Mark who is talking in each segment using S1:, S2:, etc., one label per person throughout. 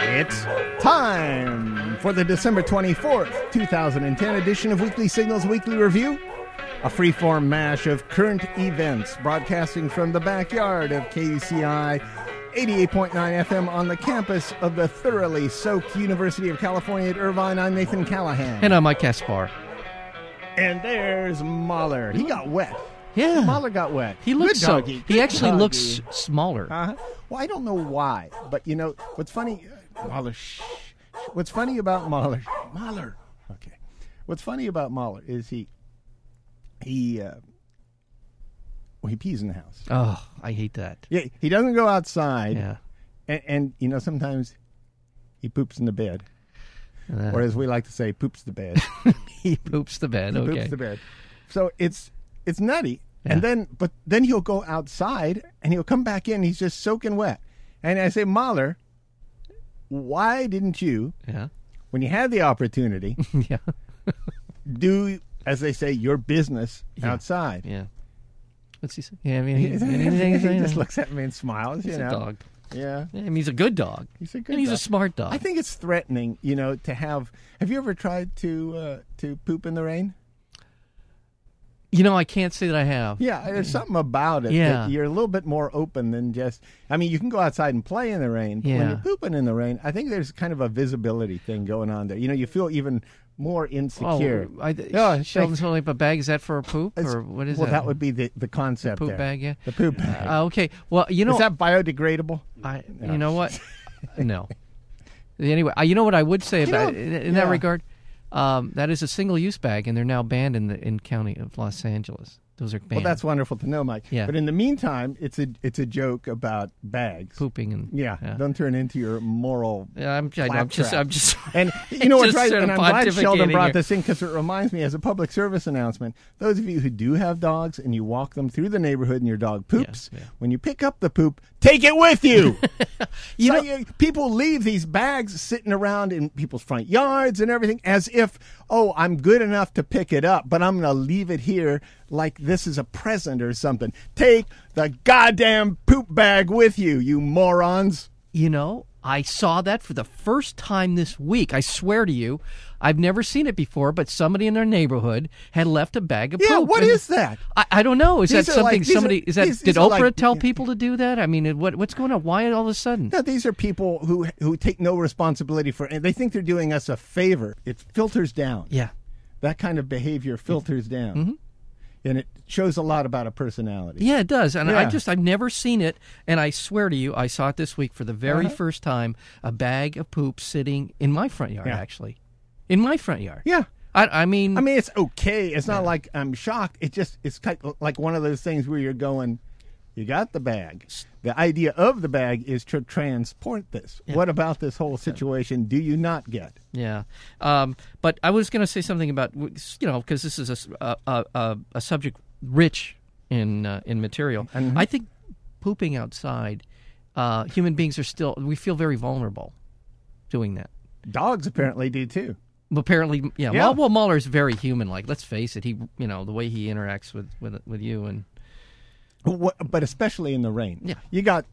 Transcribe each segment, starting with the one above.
S1: It's time for the December 24th, 2010 edition of Weekly Signals Weekly Review, a freeform mash of current events broadcasting from the backyard of KUCI 88.9 FM on the campus of the thoroughly soaked University of California at Irvine. I'm Nathan Callahan.
S2: And I'm Mike Caspar.
S1: And there's Mahler. He got wet.
S2: Yeah.
S1: Mahler got wet.
S2: He looks
S1: Good
S2: so.
S1: doggy.
S2: He
S1: Good
S2: actually
S1: doggy.
S2: looks smaller.
S1: Uh-huh. Well, I don't know why, but you know what's funny, uh, Mahler. Shh, shh. what's funny about Mahler? Mahler. Okay. What's funny about Mahler is he he uh, well, he pees in the house.
S2: oh, I hate that.
S1: Yeah, he doesn't go outside.
S2: Yeah.
S1: And, and you know sometimes he poops in the bed,
S2: Uh,
S1: or as we like to say, poops the bed.
S2: he poops the bed.
S1: He
S2: okay.
S1: poops the bed. So it's it's nutty. And
S2: Yeah.
S1: then but then he'll go outside and he'll come back in, he's just soaking wet. And I say, Mahler, why didn't you,
S2: Yeah.
S1: when you had the opportunity,
S2: yeah.
S1: do as they say, your business
S2: Yeah.
S1: outside?
S2: Yeah. What's he say? Yeah. I mean, anything
S1: he
S2: he's saying,
S1: just
S2: uh,
S1: looks at me and smiles,
S2: he's
S1: you
S2: a
S1: know.
S2: dog.
S1: Yeah.
S2: Yeah, I mean, he's a good dog.
S1: He's a good
S2: And he's a
S1: dog.
S2: smart dog.
S1: I think it's threatening, you know, to have have you ever tried to uh, to poop in the rain?
S2: you know, I can't say that I have.
S1: Yeah, there's something about it
S2: Yeah.
S1: that you're a little bit more open than just. I mean, you can go outside and play in the rain, but when
S2: Yeah.
S1: you're pooping in the rain, I think there's kind of a visibility thing going on there. You know, you feel even more insecure.
S2: Oh, I, th-
S1: Yeah,
S2: Sheldon's
S1: thanks.
S2: holding up a bag. Is that for a poop
S1: It's-
S2: or what is
S1: well,
S2: that?
S1: that? would be the, the concept
S2: poop
S1: there.
S2: bag. Yeah.
S1: The poop bag.
S2: Uh, okay. Well, you know,
S1: Is that biodegradable?
S2: I, you know what? no. Anyway, I, you know what I would say
S1: You
S2: about
S1: know,
S2: in, in
S1: yeah.
S2: that regard. Um, that is a single-use bag, and they're now banned in the in county of Los Angeles. Those are
S1: Well,
S2: banned.
S1: that's wonderful to know, Mike.
S2: Yeah.
S1: But in the meantime, it's a it's a joke about bags.
S2: pooping and
S1: Yeah,
S2: yeah.
S1: don't turn into your moral
S2: Yeah, I'm, I, am
S1: Claptrap.
S2: just, I'm just,
S1: And you know what's
S2: Just
S1: right?
S2: sort
S1: And
S2: of
S1: I'm glad Sheldon
S2: pontificating
S1: brought
S2: here.
S1: this in because it reminds me, as a public service announcement, those of you who do have dogs and you walk them through the neighborhood and your dog poops,
S2: yeah.
S1: when you pick up the poop, take it with you.
S2: You
S1: So
S2: know-
S1: people leave these bags sitting around in people's front yards and everything as if, oh, I'm good enough to pick it up, but I'm going to leave it here like this is a present or something. Take the goddamn poop bag with you, you morons.
S2: you know, I saw that for the first time this week. I swear to you, I've never seen it before. But somebody in their neighborhood had left a bag of
S1: Yeah,
S2: poop.
S1: what
S2: and-
S1: is that?
S2: I, I don't know. Is
S1: These
S2: that
S1: are like-
S2: something
S1: these are-
S2: somebody is that
S1: these-
S2: did
S1: these are
S2: Oprah
S1: like-
S2: tell people to do that? I mean, what what's going on? Why all of a sudden?
S1: No, these are people who who take no responsibility for and they think they're doing us a favor. It filters down.
S2: Yeah.
S1: That kind of behavior filters down. And it shows a lot about a personality.
S2: Yeah, it does. And I
S1: Yeah.
S2: just I've never seen it and I swear to you I saw it this week for the very
S1: Uh-huh.
S2: first time a bag of poop sitting in my front yard
S1: Yeah.
S2: actually. In my front yard.
S1: Yeah.
S2: I I mean,
S1: I mean, it's okay. It's not like I'm shocked. It just it's kind of like one of those things where you're going, you got the bag. The idea of the bag is to transport this. What about this whole situation do you not get?
S2: Yeah, um, but I was going to say something about you know because this is a s- a, a- a- a subject rich in uh, in material.
S1: Mm-hmm.
S2: I think pooping outside, uh, human beings are still we feel very vulnerable doing that.
S1: Dogs apparently do too.
S2: Apparently, yeah.
S1: Yeah.
S2: Well, well, Mahler's very human. Like, let's face it. He, you know, the way he interacts with with, with you and
S1: What, but especially in the rain.
S2: Yeah.
S1: You got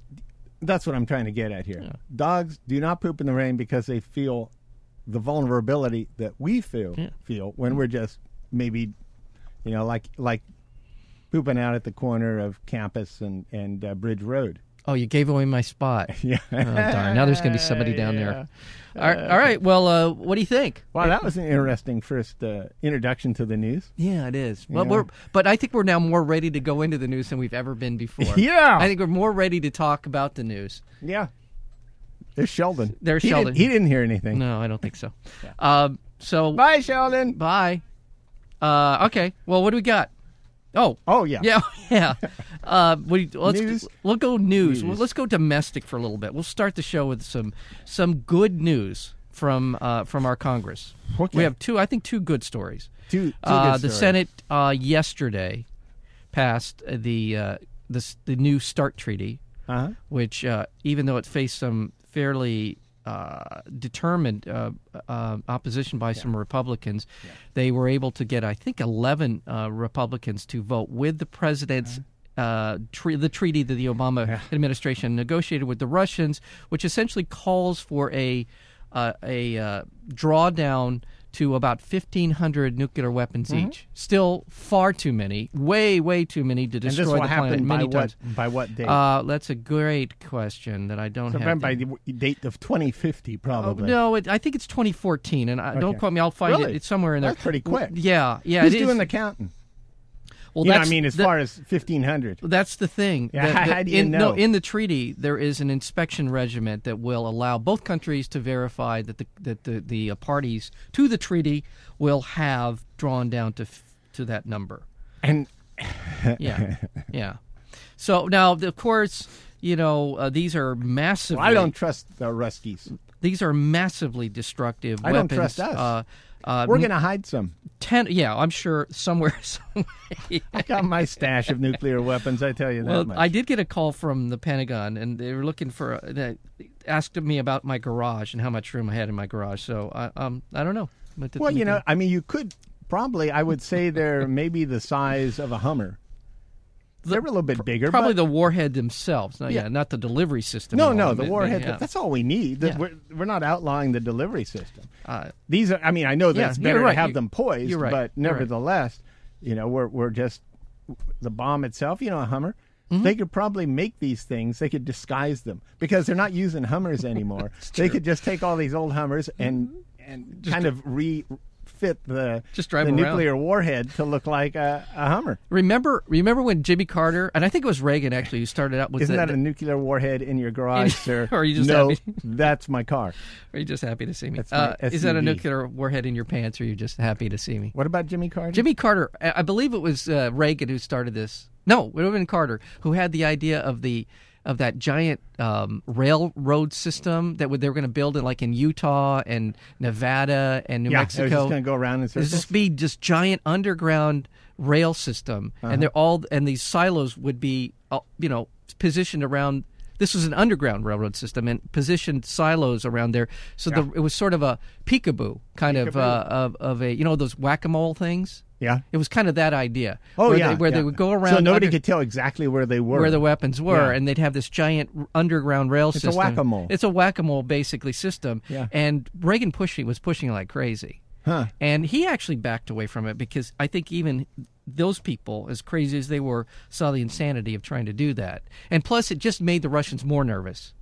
S1: that's what I'm trying to get at here. Dogs do not poop in the rain because they feel the vulnerability that we feel feel when we're just maybe you know like like pooping out at the corner of campus and and uh, Bridge Road.
S2: oh, you gave away my spot.
S1: Yeah.
S2: Oh, darn. Now there's going to be somebody down there. All right, all right. Well, uh, what do you think?
S1: Wow, that was an interesting first uh, introduction to the news.
S2: Yeah, it is. But we're but I think we're now more ready to go into the news than we've ever been before.
S1: Yeah.
S2: I think we're more ready to talk about the news.
S1: Yeah. There's Sheldon.
S2: There's
S1: He didn't-
S2: Sheldon.
S1: he didn't hear anything.
S2: No, I don't think so. Um, so bye.
S1: Bye, Sheldon.
S2: Uh, okay. Well, what do we got? Oh.
S1: Oh yeah.
S2: Yeah, yeah. Uh, we, let's
S1: News.
S2: we'll go news. Well, let's go domestic for a little bit. We'll start the show with some some good news from uh, from our Congress.
S1: Okay.
S2: We have two, I think, two good stories.
S1: Two- two good
S2: uh, The
S1: stories.
S2: Senate uh, yesterday passed the uh, the s- the new START treaty,
S1: Uh-huh.
S2: which uh, even though it faced some fairly uh, determined uh, uh, opposition by some Republicans, they were able to get, I think, 11 uh, Republicans to vote with the president's
S1: Uh-huh.
S2: uh, tre- the treaty that the Obama administration negotiated with the Russians, which essentially calls for a uh, a uh, drawdown to about 1,500 nuclear weapons
S1: Mm-hmm.
S2: each. Still far too many, way, way too many to
S1: And
S2: destroy
S1: this will
S2: the planet
S1: happen by
S2: many
S1: what,
S2: times.
S1: by what date?
S2: Uh, that's a great question that I don't
S1: Sometime
S2: have.
S1: by
S2: the-
S1: the w- date of 2050, probably.
S2: Oh, no, it, I think it's 2014, and I, don't
S1: Okay.
S2: quote me. I'll find
S1: Really?
S2: it. It's somewhere in there.
S1: That's pretty quick.
S2: Yeah, yeah.
S1: Who's
S2: it is.
S1: doing the counting?
S2: Well,
S1: You know, I
S2: that's
S1: mean, as
S2: the-
S1: far as 1500.
S2: That's the thing.
S1: Yeah,
S2: That-
S1: how
S2: that
S1: do you
S2: in,
S1: know?
S2: No, in the treaty, there is an inspection regiment that will allow both countries to verify that the that the, the uh, parties to the treaty will have drawn down to f- to that number.
S1: And
S2: Yeah, yeah. So now, of course, you know uh, these are massive.
S1: I don't trust the Ruskies.
S2: These are massively destructive
S1: I don't
S2: weapons.
S1: trust us.
S2: Uh, uh,
S1: We're going to hide some.
S2: ten, yeah, I'm sure somewhere. somewhere
S1: I got my stash of nuclear weapons, I tell you that
S2: Well,
S1: much.
S2: I did get a call from the Pentagon, and they were looking for uh, they asked me about my garage and how much room I had in my garage. So I um I don't know. What to
S1: well,
S2: think
S1: you know,
S2: of-
S1: I mean, you could probably, I would say they're maybe the size of a Hummer. They're a little bit bigger.
S2: probably
S1: but-
S2: the warhead themselves. No, yeah. not the delivery system.
S1: No,
S2: and all
S1: no,
S2: of
S1: the
S2: it, but
S1: warhead.
S2: yeah.
S1: That's all we need. That
S2: Yeah.
S1: We're, we're not outlawing the delivery system.
S2: Uh,
S1: These are. I mean, I know that's
S2: you're
S1: better
S2: right.
S1: to have
S2: You-
S1: them poised,
S2: you're right.
S1: but
S2: You're right.
S1: nevertheless, you know, we're we're just the bomb itself. You know, a Hummer.
S2: Mm-hmm.
S1: They could probably make these things. They could disguise them because they're not using Hummers anymore. they could just take all these old Hummers and and kind of refit the
S2: Mm-hmm. Just drive
S1: the
S2: them around.
S1: nuclear warhead to look like a, a Hummer.
S2: remember, remember when Jimmy Carter and I think it was Reagan actually who started out with
S1: Isn't
S2: the,
S1: that a nuclear warhead in your garage, sir?
S2: Or are you just
S1: no?
S2: happy?
S1: That's my car.
S2: Are you just happy to see me? Uh,
S1: That's my
S2: is that a
S1: SUV.
S2: nuclear warhead in your pants, or are you just happy to see me?
S1: What about Jimmy Carter?
S2: Jimmy Carter, I I believe it was uh, Reagan who started this. No, it would have been Carter who had the idea of the of that giant um, railroad system that would, they were going to build in like in Utah and Nevada and New
S1: yeah,
S2: Mexico.
S1: I was just going to go around in
S2: There's
S1: circles.
S2: just be just giant underground rail system,
S1: Uh-huh.
S2: and they're all and these silos would be uh, you know positioned around. This was an underground railroad system, and positioned silos around there. So the, it was sort of a peekaboo kind of, uh, of of a you know those whack a mole things.
S1: Yeah.
S2: it was kind of that idea.
S1: Oh
S2: where
S1: yeah,
S2: they, where
S1: yeah.
S2: they would go around.
S1: So nobody
S2: under-
S1: could tell exactly where they were.
S2: where the weapons were,
S1: Yeah.
S2: and they'd have this giant r- underground rail
S1: a
S2: system.
S1: whack-a-mole.
S2: It's a whack-a-mole, basically system.
S1: Yeah.
S2: And Reagan pushing was pushing like crazy.
S1: Huh.
S2: And he actually backed away from it because I think even those people, as crazy as they were, saw the insanity of trying to do that. And plus, it just made the Russians more nervous.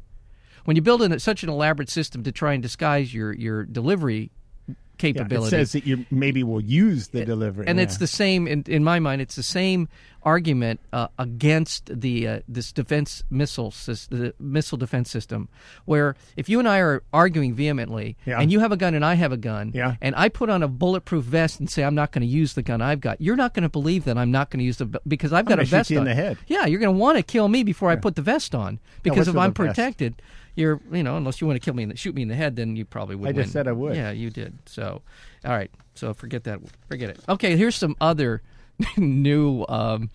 S2: When you build in such an elaborate system to try and disguise your your delivery
S1: Yeah,
S2: capability,
S1: it says that you maybe will use the delivery,
S2: and
S1: yeah.
S2: it's the same in, in my mind. It's the same argument uh, against the uh, this defense missile sys- the missile defense system, where if you and I are arguing vehemently,
S1: Yeah.
S2: and you have a gun and I have a gun,
S1: Yeah.
S2: and I put on a bulletproof vest and say I'm not going to use the gun I've got, you're not going to believe that I'm not going to use the bu- because I've got
S1: gonna
S2: a
S1: shoot
S2: vest
S1: you in
S2: on.
S1: the head.
S2: Yeah, you're going to want to kill me before I put the vest on because
S1: what's
S2: if
S1: with
S2: I'm
S1: the vest?
S2: protected, you're you know unless you want to kill me and shoot me in the head, then you probably would.
S1: I just
S2: win.
S1: said I would.
S2: Yeah, you did. So, all right. So forget that. Forget it. Okay. Here's some other new um,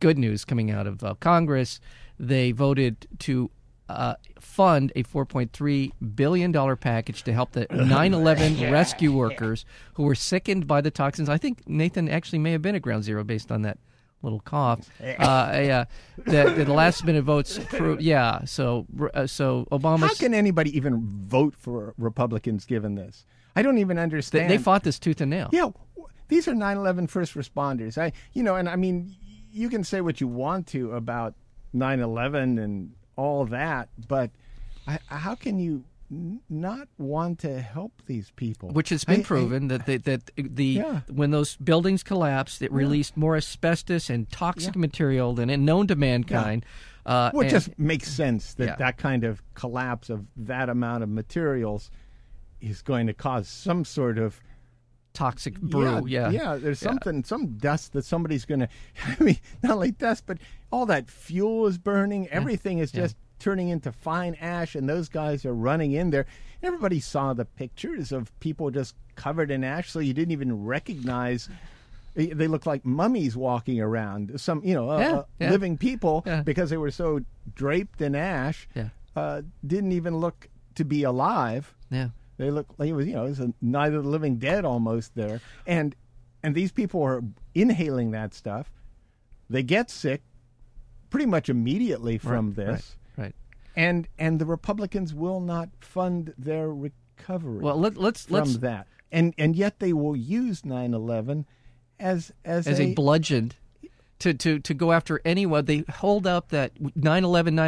S2: good news coming out of uh, Congress. They voted to uh, fund a 4.3 billion dollar package to help the 9/11 rescue workers who were sickened by the toxins. I think Nathan actually may have been at Ground Zero based on that little cough. Uh, yeah, the, the last minute votes. Pro- yeah. So uh, so Obama.
S1: how can anybody even vote for Republicans given this? I don't even
S2: They,
S1: understand.
S2: they fought this tooth and nail.
S1: Yeah, w- these are 9/11 first responders. I, you know, and I mean, you can say what you want to about 9/11 and all that, but I, how can you n- not want to help these people?
S2: which has
S1: I-
S2: been
S1: I-
S2: proven that they, that the
S1: Yeah.
S2: when those buildings collapsed, it released more asbestos and toxic material than in known to mankind. Uh,
S1: Well, it
S2: and-
S1: just makes sense that
S2: Yeah.
S1: that kind of collapse of that amount of materials is going to cause some sort of
S2: toxic brew. Yeah,
S1: yeah. There's something, some dust that somebody's going to. I mean, not only dust, but all that fuel is burning. Everything is just turning into fine ash, and those guys are running in there. Everybody saw the pictures of people just covered in ash, so you didn't even recognize. eh, They looked like mummies walking around. Some, you know, uh,
S2: Yeah,
S1: uh,
S2: yeah.
S1: living people
S2: Yeah.
S1: because they were so draped in ash.
S2: Yeah.
S1: Uh, didn't even look to be alive.
S2: yeah.
S1: They look like it was, you know, it was a night of the living dead almost there. And and these people are inhaling that stuff. They get sick. pretty much immediately from
S2: Right,
S1: this,
S2: right.
S1: and and the Republicans will not fund their recovery
S2: Well, let, let's
S1: from
S2: let's
S1: that, and and yet they will use 9-11 as as,
S2: as a bludgeon to, to, to go after anyone. They hold up that 9/11,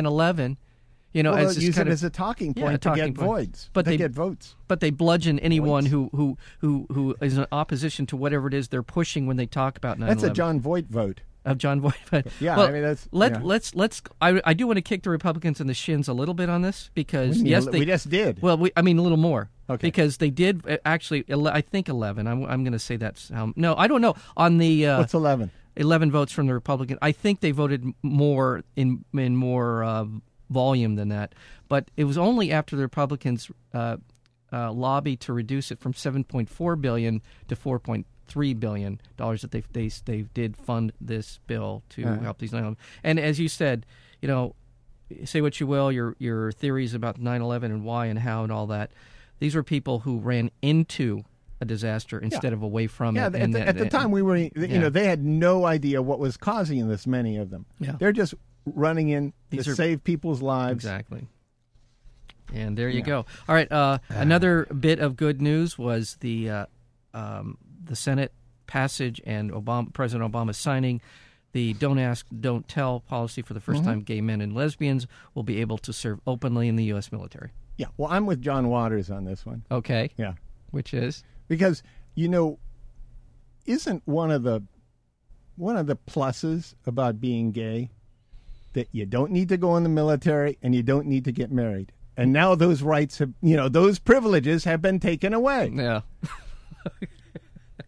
S2: 9/11, you know,
S1: well,
S2: as
S1: they'll
S2: this
S1: use
S2: kind
S1: it
S2: of,
S1: as a talking
S2: yeah,
S1: point
S2: a talking
S1: to get
S2: point.
S1: voids,
S2: But
S1: they
S2: they-
S1: get votes.
S2: but they bludgeon anyone who, who who who is in opposition to whatever it is they're pushing when they talk about 9/11.
S1: That's a John Voight vote.
S2: of John Voight. But
S1: Yeah,
S2: well,
S1: I mean, that's-
S2: let
S1: yeah.
S2: let's let's. I, I do want to kick the Republicans in the shins a little bit on this because
S1: mean,
S2: yes,
S1: we
S2: they,
S1: just did.
S2: Well, we, I mean a little more.
S1: Okay.
S2: Because they did uh, actually, ele- I think eleven. I'm, I'm going to say that's how. No, I don't know. On the uh,
S1: What's eleven?
S2: eleven votes from the Republican, I think they voted m- more in in more uh, volume than that. But it was only after the Republicans uh, uh, lobbied to reduce it from seven point four billion to four point three billion dollars that they they they did fund this bill to help these nine. And as you said, you know, say what you will, your your theories about 9/11 and why and how and all that. These were people who ran into a disaster instead of away from
S1: Yeah,
S2: it.
S1: at,
S2: and
S1: the,
S2: that-
S1: at the
S2: and-
S1: time we were, you know, they had no idea what was causing this. Many of them,
S2: Yeah.
S1: they're just running in
S2: These
S1: to
S2: are-
S1: save people's lives.
S2: Exactly. And there you go. All right. Uh, another bit of good news was the uh, um, the Senate passage and Obama, President Obama signing the "Don't Ask, Don't Tell" policy for the
S1: Mm-hmm.
S2: 1st time. Gay men and lesbians will be able to serve openly in the U.S. military.
S1: Yeah, well, I'm with John Waters on this one.
S2: Okay.
S1: Yeah,
S2: Which is
S1: because you know, isn't one of the one of the pluses about being gay that you don't need to go in the military and you don't need to get married. And now those rights have, you know, those privileges have been taken away.
S2: yeah.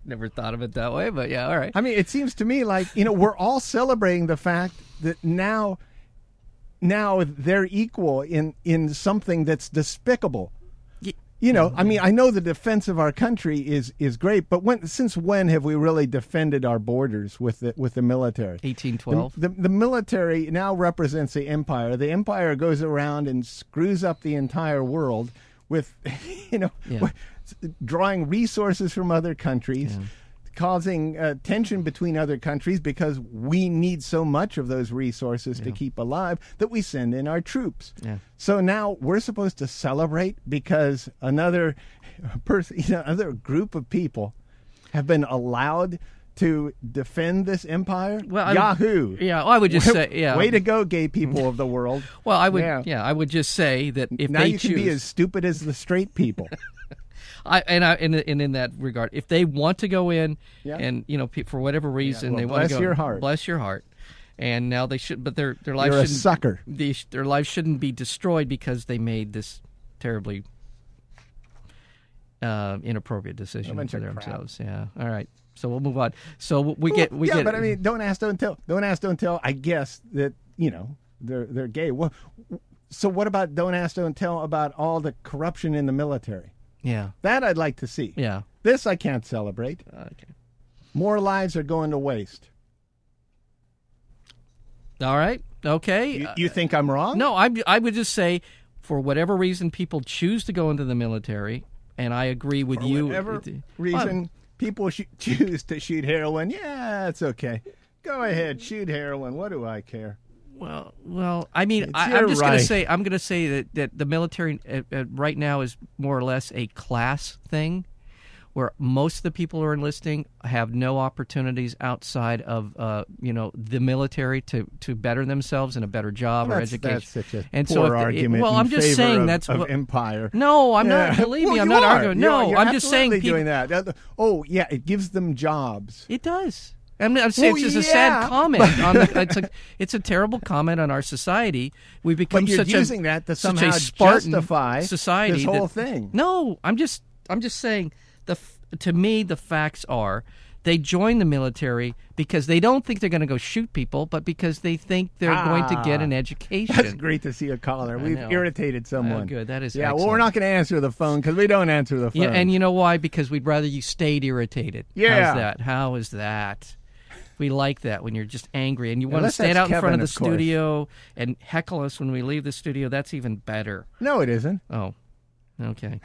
S2: Never thought of it that way, but yeah. All right.
S1: I mean, it seems to me like you know we're all celebrating the fact that now, now they're equal in in something that's despicable. You know, I mean, I know the defense of our country is is great, but when since when have we really defended our borders with the with the military?
S2: Eighteen
S1: The,
S2: twelve.
S1: the, the military now represents the empire. The empire goes around and screws up the entire world with, you know,
S2: Yeah.
S1: w- s- drawing resources from other countries, causing uh, tension between other countries because we need so much of those resources to keep alive that we send in our troops.
S2: Yeah.
S1: So now we're supposed to celebrate because another person, you know, another group of people have been allowed to defend this empire.
S2: Well, I would-
S1: Yahoo.
S2: Yeah. Well, I would just say yeah.
S1: Way to go, gay people of the world.
S2: well, I would
S1: Yeah.
S2: yeah. I would just say that if
S1: now
S2: they
S1: you
S2: choose,
S1: can be as stupid as the straight people.
S2: I and I and, and in that regard, if they want to go in,
S1: Yeah.
S2: and you know, pe- for whatever reason
S1: well,
S2: they want
S1: bless
S2: to go,
S1: your heart.
S2: bless your heart, and now they should, but their their life
S1: You're a
S2: shouldn't
S1: sucker.
S2: they sh- their life shouldn't be destroyed because they made this terribly uh, inappropriate decision
S1: bunch
S2: for
S1: of crap.
S2: themselves. Yeah. All right. So we'll move on. So we get we
S1: yeah,
S2: get
S1: but I mean, don't ask, don't tell. Don't ask, don't tell. I guess that you know they're they're gay. Well, so what about don't ask, don't tell about all the corruption in the military?
S2: yeah
S1: That I'd like to see.
S2: yeah Uh.
S1: This I can't celebrate.
S2: okay.
S1: More lives are going to waste.
S2: All right. Okay.
S1: You, you think I'm wrong?
S2: Uh, No, I I would just say, for whatever reason, people choose to go into the military, and I agree with
S1: For
S2: you.
S1: whatever
S2: It-
S1: reason
S2: Well,
S1: people shoo- choose to shoot heroin, yeah, it's okay. Go ahead, shoot heroin. What do I care?
S2: well, well, I mean, I,
S1: your
S2: I'm just going
S1: right.
S2: to say I'm going to say that, that the military uh, uh, right now is more or less a class thing, where most of the people who are enlisting have no opportunities outside of uh, you know the military to, to better themselves and a better job or
S1: That's,
S2: education.
S1: that's such a
S2: and
S1: poor
S2: so if the-
S1: argument.
S2: well,
S1: in
S2: I'm just
S1: favor
S2: saying
S1: of-
S2: that's
S1: of
S2: what,
S1: empire.
S2: No, I'm not.
S1: Yeah.
S2: Believe
S1: Well,
S2: me, I'm
S1: you
S2: not
S1: are.
S2: arguing.
S1: You're-
S2: No,
S1: you're
S2: I'm just saying.
S1: absolutely
S2: people-
S1: doing that. That- Oh yeah, it gives them jobs.
S2: It does. I'm, I'm saying
S1: Well,
S2: it's just a
S1: yeah,
S2: sad comment. on the, it's, a, it's a terrible comment on our society. We've become
S1: But you're
S2: such
S1: using
S2: a,
S1: that to
S2: such a
S1: somehow
S2: Spartan
S1: justify
S2: society.
S1: this whole
S2: that-
S1: thing.
S2: No, I'm just I'm just saying the f- to me the facts are they join the military because they don't think they're going to go shoot people, but because they think they're going to get
S1: Ah.
S2: an education.
S1: That's great to see a caller. We've
S2: know. Oh,
S1: irritated someone.
S2: good. That is
S1: Yeah. Well,
S2: excellent.
S1: we're not going to answer the phone because we don't answer the phone.
S2: Yeah, and you know why? Because we'd rather you stayed irritated.
S1: Yeah.
S2: How's that? How is that? We like that when you're just angry and you want to
S1: Unless
S2: stand
S1: that's
S2: out in front
S1: Kevin,
S2: of the
S1: of course.
S2: studio and heckle us when we leave the studio. That's even better.
S1: no, it isn't.
S2: Oh, okay.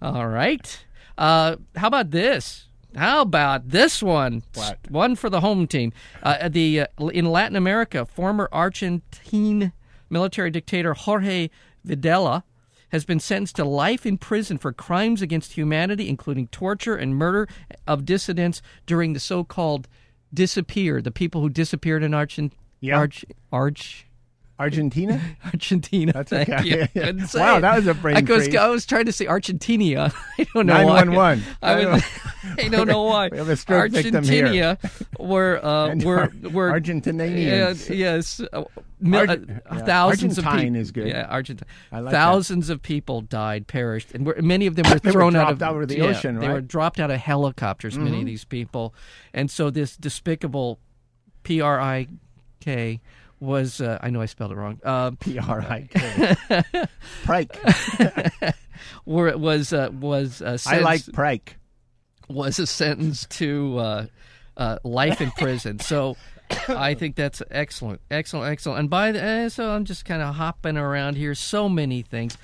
S2: All right. Uh, how about this? How about this one?
S1: What?
S2: One for the home team. Uh, the uh, in Latin America, former Argentine military dictator Jorge Videla has been sentenced to life in prison for crimes against humanity, including torture and murder of dissidents during the so-called disappear. The people who disappeared in Argent,
S1: Yeah.
S2: Arch, Arch,
S1: Argentina?
S2: Argentina.
S1: That's
S2: Thank
S1: okay.
S2: you.
S1: Yeah, yeah.
S2: Couldn't say
S1: Wow,
S2: it.
S1: that was a brain
S2: I was,
S1: freeze.
S2: I was trying to say Argentina. I don't know why.
S1: 911.
S2: I, was, I don't know why.
S1: We have a stroke victim here.
S2: Argentina were uh,
S1: And
S2: were
S1: Ar-
S2: were
S1: Argentinians.
S2: Yeah, yes, uh, mil-
S1: Argent-
S2: uh,
S1: yeah.
S2: thousands of
S1: Argentine
S2: people.
S1: is good.
S2: Yeah, Argentine.
S1: I like that.
S2: thousands of people died, perished, and were, many of them were
S1: They were
S2: thrown out of
S1: dropped out of the
S2: yeah,
S1: ocean,
S2: They were
S1: right? Mm-hmm.
S2: dropped out of helicopters. Many of these people, and so this despicable P R I K was uh, I know I spelled it wrong. Uh,
S1: P R I K. Prike.
S2: where it was uh, was uh,
S1: I
S2: sentenced,
S1: like Prike.
S2: was a sentence to uh, uh, life in prison. So I think that's excellent, excellent, excellent. And by the eh, so I'm just kind of hopping around here. So many things.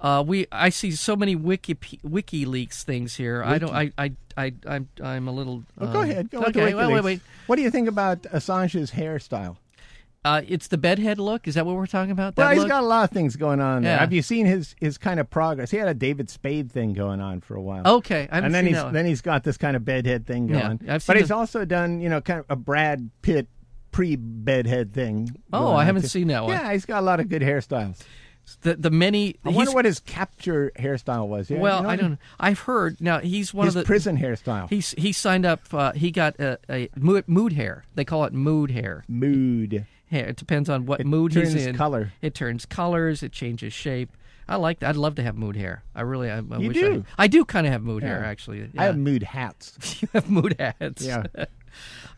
S2: Uh, we I see so many Wiki WikiLeaks things here. I don't. I I I I'm, I'm a little.
S1: Well, go
S2: um,
S1: ahead. Go on to
S2: okay. Wait. Wait.
S1: WikiLeaks.
S2: Wait.
S1: What do you think about Assange's hairstyle?
S2: Uh, it's the bedhead look. Is that what we're talking about? That
S1: well, he's
S2: look?
S1: got a lot of things going on there.
S2: Yeah.
S1: Have you seen his his kind of progress? He had a David Spade thing going on for a while.
S2: Okay. Oh, I haven't
S1: and then
S2: seen
S1: he's
S2: that one.
S1: then he's got this kind of bedhead thing
S2: Yeah,
S1: going.
S2: I've seen
S1: but he's
S2: the-
S1: also done you know kind of a Brad Pitt pre bedhead thing.
S2: Oh,
S1: going
S2: I
S1: on,
S2: haven't
S1: too.
S2: seen that one.
S1: Yeah, he's got a lot of good hairstyles.
S2: the the many.
S1: I
S2: he's-
S1: wonder what his capture hairstyle was. Yeah,
S2: well,
S1: you know,
S2: I don't. I've heard now. He's one
S1: His
S2: of the
S1: prison hairstyle.
S2: He he signed up. Uh, he got a, a mood, mood hair. They call it mood hair.
S1: Mood.
S2: Hair. It depends on what mood
S1: turns
S2: he's in.
S1: color.
S2: It turns colors. It changes shape. I like that. I'd love to have mood hair. I really. I, I
S1: You
S2: wish
S1: do.
S2: I, I do kind of have mood hair
S1: Yeah.
S2: actually.
S1: I
S2: Yeah.
S1: have mood hats.
S2: you have mood hats.
S1: Yeah.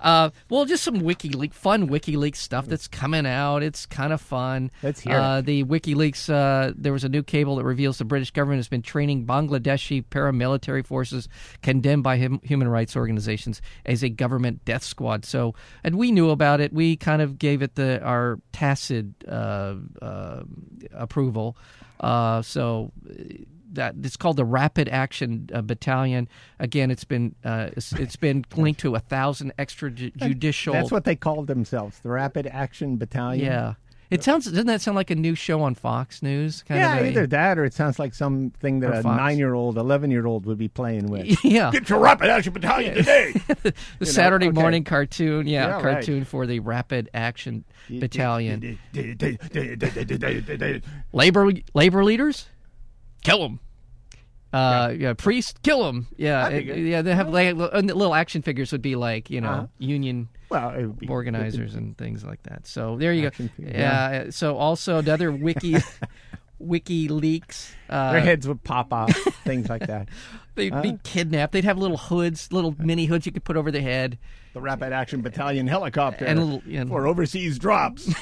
S2: Uh, well, just some WikiLeaks, fun WikiLeaks stuff that's coming out. It's kind of fun.
S1: Let's hear
S2: uh, The WikiLeaks, uh, there was a new cable that reveals the British government has been training Bangladeshi paramilitary forces condemned by hum- human rights organizations as a government death squad. So, and we knew about it. We kind of gave it the our tacit uh, uh, approval. Uh, so. uh, that it's called the Rapid Action uh, Battalion. Again, it's been uh, it's, it's been linked to a thousand extrajudicial.
S1: That's what they called themselves, the Rapid Action Battalion.
S2: Yeah, it sounds. Doesn't that sound like a new show on Fox News? Kind
S1: Yeah,
S2: of a-
S1: either that or it sounds like something that
S2: Or
S1: a
S2: Fox.
S1: nine year old, 11 year old would be playing with.
S2: Yeah,
S1: Get your Rapid Action Battalion today.
S2: the Saturday
S1: okay.
S2: morning cartoon. Yeah,
S1: Yeah, right.
S2: cartoon for the Rapid Action Battalion. labor labor leaders, kill them. Uh, yeah. priest, kill them. Yeah,
S1: That'd be
S2: and-
S1: good.
S2: yeah. They have like, and the little action figures would be like you know
S1: Uh-huh.
S2: union
S1: well, it would be
S2: organizers and things like that. So there you
S1: Action
S2: go.
S1: figure,
S2: Yeah. uh, So also another wiki, WikiLeaks.
S1: Their
S2: Uh,
S1: heads would pop off, things like that.
S2: they'd
S1: Uh-huh.
S2: be kidnapped. They'd have little hoods, little mini hoods you could put over their head.
S1: The Rapid Action Battalion helicopter
S2: And a little- and-
S1: for overseas drops.